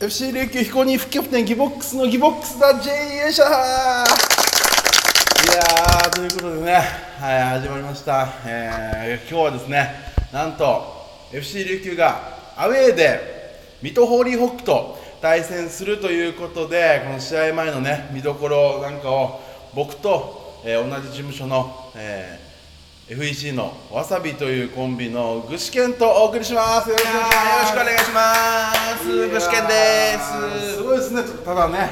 FC 琉球彦に副キャプテンギボックスのギボックスだ J よいしょーいやーということでね、はい、始まりました、えー、今日はですねなんと FC 琉球がアウェーで水戸ホーリーホックと対戦するということでこの試合前のね見どころなんかを僕と、えー同じ事務所の、えー FEC のわさびというコンビの具志堅とお送りします。よろしくお願いします。いします具志堅ですすごいですねただね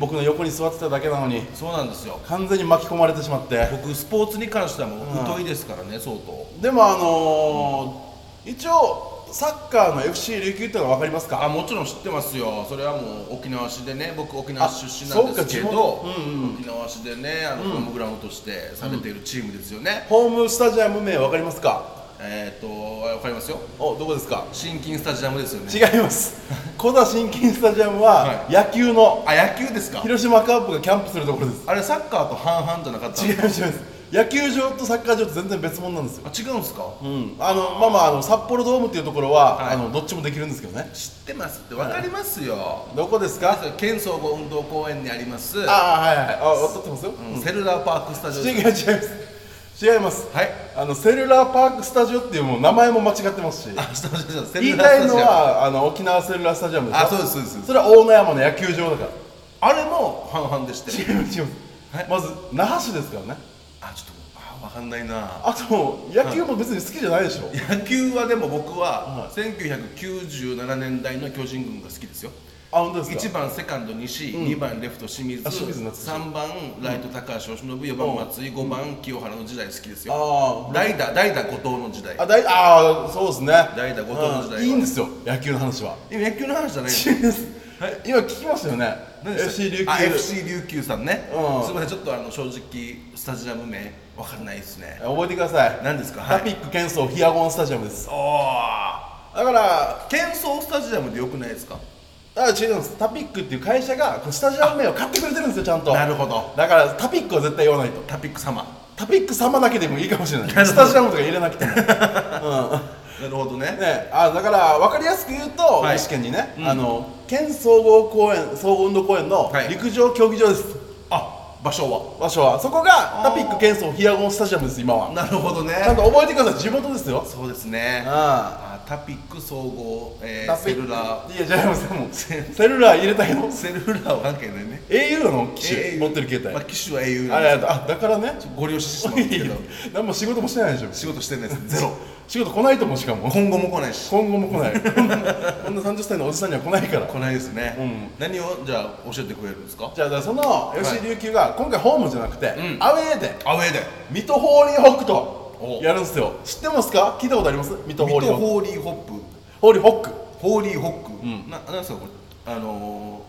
僕の横に座ってただけなのにそうなんですよ完全に巻き込まれてしまって僕スポーツに関してはもう疎いですからね相当でもあのー一応サッカーの FC 琉球ってのは分かりますあかもちろん知ってますよそれはもう沖縄市でね僕沖縄市出身あなんですけそうど、か地元うんうん沖縄市でねあのプログラムとしてされているチームですよね、ホームスタジアム名分かりますかえっ、とわかりますよおどこですか新金スタジアムですよね違います小田新金スタジアムはは野球のあ野球ですか広島カープがキャンプするところですあれサッカーと半々じゃなかった違います違います野球場とサッカー場と全然別物なんですよあ違うんですか、うんあのまあまああの札幌ドームっていうところは、はいあのどっちもできるんですけどね知ってますってわかりますよ、どこですか県総合運動公園にあります、ああはいはいあ分かってますよ、うんセルラーパークスタジオ違う違いですます違いますはいあのセルラーパークスタジオっていうもう名前も間違ってますしあスタジオですセ言いルラたいースタジオのはあの沖縄セルラースタジアムでしょあそうですそうですそれは大野山の野球場だからあれも半々でして違います違います、はいまず那覇市ですからねあちょっとあわかんないなあと野球も別に好きじゃないでしょ、野球はでも僕ははい1997年代の巨人軍が好きですよあ本当です1か番セカンド西、2番レフト清水あ清水夏3番ライト高橋由伸4番松井5番清原の時代好きですよあ代打代打後藤の時代ああだいあーそうですね代打後藤の時代はいいんですよ野球の話は今野球の話じゃない違います 今聞きましたよね何でした FC 琉球あ FC 琉球さんね、うんすみませんちょっとあの正直スタジアム名わかんないですね覚えてください何ですかタはいピック剣奏ヒアゴンスタジアムですあだからあ喧騒スタジアムでよくないですかあ違うんですタピックっていう会社がこうスタジアム名を買ってくれてるんですよちゃんとなるほどだからタピックは絶対言わないとタピック様タピック様だけでもいいかもしれないるほ どスタジアムとか入れなくてもねなるほどねあだから分かりやすく言うと、い愛知県にね、あの県総合公園総合運動公園のはい陸上競技場です、あ場所は場所はそこがタピック県総ヒアゴンスタジアムです今はなるほどねちゃんと覚えてください地元ですよそうですねああタピック総合、えーあセルラーいやじゃあもうセセルラー入れたけどセルラーは関係ないね au の機種、えー持ってる携まあ、帯、機種は英雄あなんれですあだからねご了承してます けど何も仕事もしてないでしょ仕事してないですゼロ仕事来ないともしかも今後も来ないし今後も来ないこんな30歳のおじさんには来ないから来ないですね、何をじゃあ教えてくれるんですかじゃあそのは FC い琉球が今回ホームじゃなくて、んアウェーでアウェーで水戸ホーリーホックとおやるんですよ知ってますか聞いたことあります水戸ミホーリートホックホーリーホップホーリーホックホーリーホック、ななんですかこれあの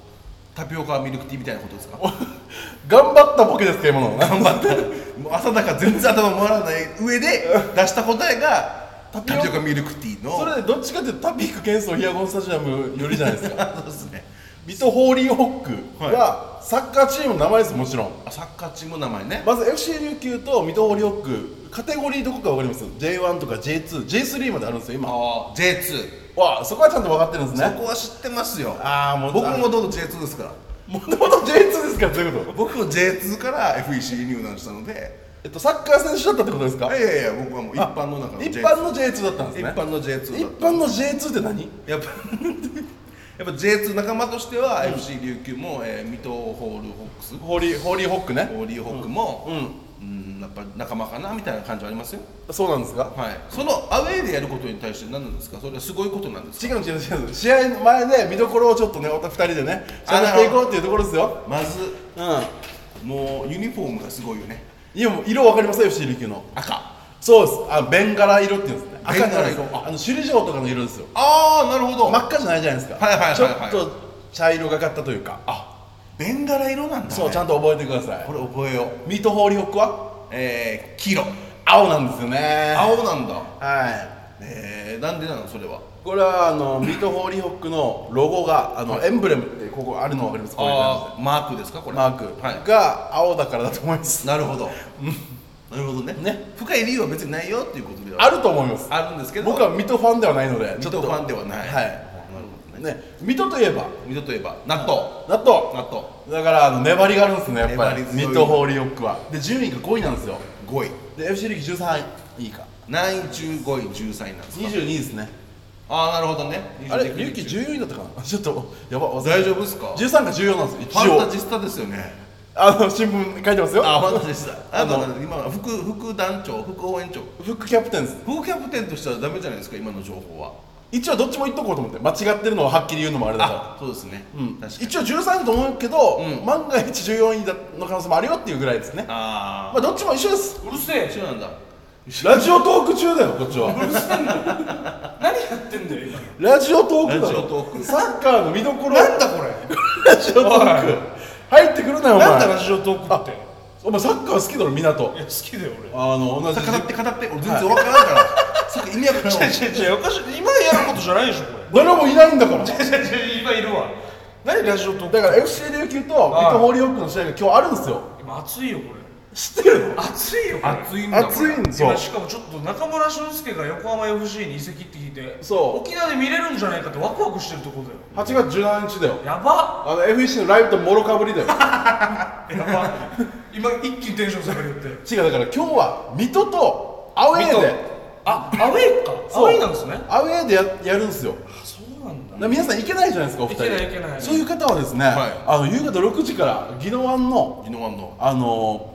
ー、タピオカミルクティーみたいなことですか 頑張ったボケですか今の頑張ってもう朝だから全然頭回らない上で出した答えがタタピピオカオカミルクティーの それでどっちかっていうとタピックケンソーヒアゴンスタジアムよりじゃないですか そうですね水戸ホーリーホックはサッカーチームの名前ですもちろんあサッカーチームの名前ねまず FC 琉球と水戸ホーリーホックカテゴリーどこかわかります J1 とか J2J3 まであるんですよ今あー J2 わあそこはちゃんと分かってるんですそねこは知ってますよああもう僕もどうぞ J2 ですからもともと J2 ですからどういうこと僕も J2 から FEC 入団したのでえっとサッカー選手だったってことですかいやいやいや僕はもう一般の中の一 J2 般の J2 だったんです一ね般の J2 一だった般の J2 って何やっぱ やっぱ J2 仲間としては FC 琉球も、えー水戸ホールホックスホーリーホーリーホックねホーリーホックも、うんうんやっぱ仲間かなみたいな感じはありますよそうなんですかはいそのアウェーでやることに対して何なんですかそれはすごいことなんですか違う違う違う試合の前で見どころをちょっとねまた2人でね喋っていこうっていうところですよまずうんもうユニフォームがすごいよねいやもう色分かります FC 琉球の赤そうですあベンガラ色っていうんですね赤じゃないですベンガラ色あの首里城とかの色ですよああなるほど、真っ赤じゃないじゃないですかはいはいはいはいちょっと茶色がかったというかあベンガラ色なんだ、ね、そうちゃんと覚えてくださいこれ覚えようミートホーリーホックはえー、黄色青なんですよね青なんだはいえー、なんでなのそれはこれはあのミートホーリーホックのロゴがあのエンブレムってここあるの分かりますこういう感ああマークですかこじれでマークはが青だからだと思いますいなるほどなるほどねね深い理由は別にないよっていうことではあると思いますあるんですけど僕はミトファンではないので水戸ファンではないはなるほどねね水戸といえば水戸といえば納豆納豆納豆だからあの粘りがあるんですねやっぱり粘り強い水戸ホーリーホックはで順位が5位なんですよ5位で FC 力13位以下何位15位13位なんですか22位ですねああなるほどねあれ22琉球14位だったかなちょっとやば大丈夫ですか13か14なんですファよ一ンタ応ジスタですよねあの新聞書いてますよあファンタジスタああのの今は副副団長副応援長フックキャプテンです副キャプテンとしてはダメじゃないですか今の情報は一応どっちも言っとこうと思って間違ってるのははっきり言うのもあれだからあそうですね、うん確かに一応13位と思うけど、うん万が一14位だの可能性もあるよっていうぐらいですねあまあどっちも一緒ですうるせえあそうなんだラジオトーク中だよこっちはうるせえんだよ何やってんだよ今ラジオトークだラジオよトークサッカーの見どころなんだこれラジオトーク入ってくるなよお前なんだラジオトークってお前サッカー好きだろ港いや好きだよ俺あの同じ語って語って俺全然わからないから、さっき意味わからない違う違うおかしい今やることじゃないでしょこ誰もいないんだかられ違う違う今いるわ何ラジオトークだから FC 琉球と水戸ホーリーホックの試合が今日あるんですよ今暑いよこれ知ってるの暑いよこれ熱いんだこ熱れいんですよ今しかもちょっと中村俊輔が横浜 FC に移籍って聞いてそう沖縄で見れるんじゃないかってワクワクしてるところだよ8月17日だよやばあの FEC のライブともろかぶりだよやば 今一気にテンション下がるよって違うだから今日は水戸とアウェーであアウェイかアそうウェイなんですねアウェーでややるんですよあそうなんだな皆さん行けないじゃないですかお二人行けない行けないそういう方はですね、はいあの夕方6時から宜野湾の宜野湾のあの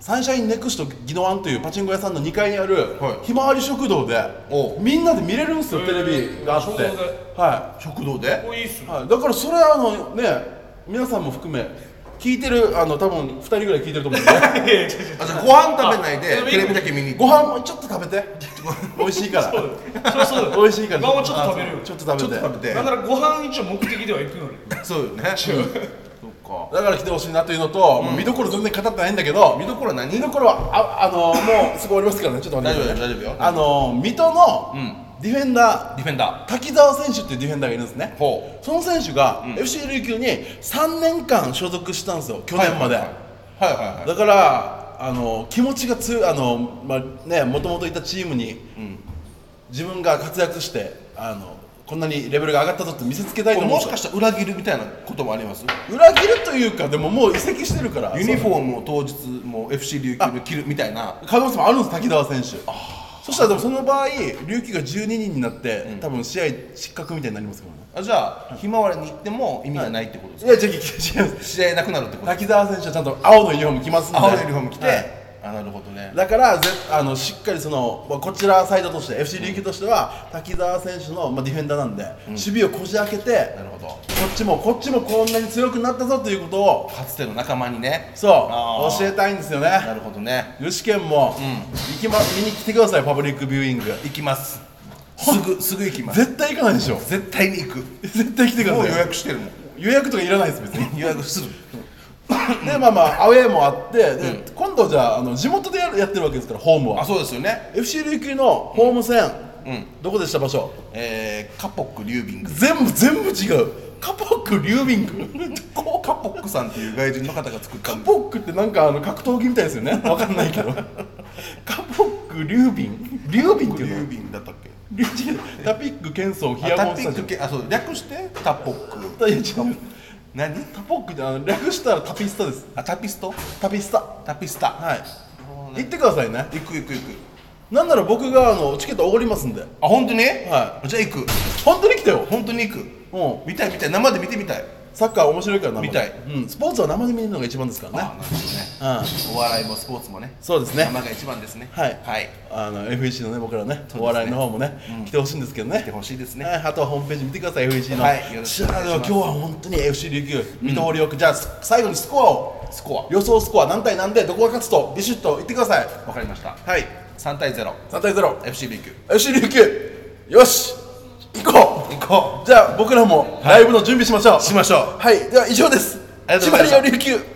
サンシャインネクスト宜野湾というパチンコ屋さんの2階にある、はいひまわり食堂でおうみんなで見れるんですよへテレービがあって、食堂では食堂でこれいいっすい、ねはい、だからそれはあのね皆さんも含め聞いてるあの多分2人ぐらい聞いてると思 うんであじゃあご飯食べないであテレビだけ見にご行く飯もちょっと食べて美味しいからそりゃそうだよ美味しいからご飯もちょっと食べるよちょっと食ちょっべてと食べてなんならご飯一応目的では行くのにそうよねそっかだから来てほしいなというのと、もう見どころ全然語ってないんだけど見どころは何見どころはああのもうすぐ終わりますからねちょっと待ってくださいね大丈夫よ大丈夫よあの水戸のディフェンダー、ディフェンダ滝沢選手っていうディフェンダーがいるんですねほその選手が FC 琉球に3年間所属したんですよ去年まで、はいはいはいはいだからあの気持ちが強いあのまあねもともといたチームに、自分が活躍してあのこんなにレベルが上がったぞって見せつけたいことれ思うもしかしたら裏切るみたいなこともあります裏切るというかでももう移籍してるからユニフォームを当日もう FC 琉球で着るみたいな可能性もあるんです滝沢選手そしたらでもその場合琉球が12人になって、多分試合失格みたいになりますからねあじゃあひまわりに行っても意味がないってことですいかや違う違う違う試合なくなるってこと滝沢選手はちゃんと青のユニフォーム着ますんで青のユニフォーム着てはいあなるほどねだからぜあのしっかりその、まあ、こちらサイドとして FC 琉球としては滝沢選手の、まあ、ディフェンダーなんで、守備をこじ開けてなるほどこっちもこっちもこんなに強くなったぞということをかつての仲間にねそあうー教えたいんですよなねるほどね具志堅も、行きま見に来てくださいパブリックビューイング行きますすぐすぐ行きます絶対行かないでしょ絶対に行く絶対来てくだもうさい予約してるもん予約とかいらないです別に予約する でまあまあアウェーもあってで、今度じゃああの地元でやるやってるわけですからホームあはそうですよね FC 琉球のホーム戦、うんどこでした場所えー、カポックリュービング全部全部違うカポックリュービングこうカポックさんっていう外人の方が作ったカんでポックってなんかあの格闘技みたいですよ ねわかんないけどカポックリュービンリュービンってリいうューのビンだったっけリュービンタピックケンソーヒあアタゴンピスタッジクオ系あそう略してタポックいや違う何タポックってあの略したらタピスタですあタピストタピスタタピスタはいい行ってくださいね行く行く行くなんなら僕があのチケットおごりますんであ本当にはじゃあ行く本当に来てよ本当に行くうん見たい見たい生で見てみたいサッカー面白いから生で見たいうん、スポーツは生で見るのが一番ですからねあなるほうんどねお笑いもスポーツもねそうですね生が一番ですねはいはいあの FEC のね僕らねすねお笑いの方もね、来てほしいんですけどね来てほしいですねはい、あとはホームページ見てください FEC のはいよろしくおじゃあ願いしますでも今日は本当に FC 琉球水戸堀奥、じゃあす最後にスコアをスコ予想スコア何対何でどこが勝つとビシッと言ってくださいアわかりましたはい3対 0FC 3対 B 級 0FC 琉球よし行こう行こじゃあ僕らもライブの準備しましょう、うしましょうはい、では以上ですありがと千うござ葉いまリしたア琉球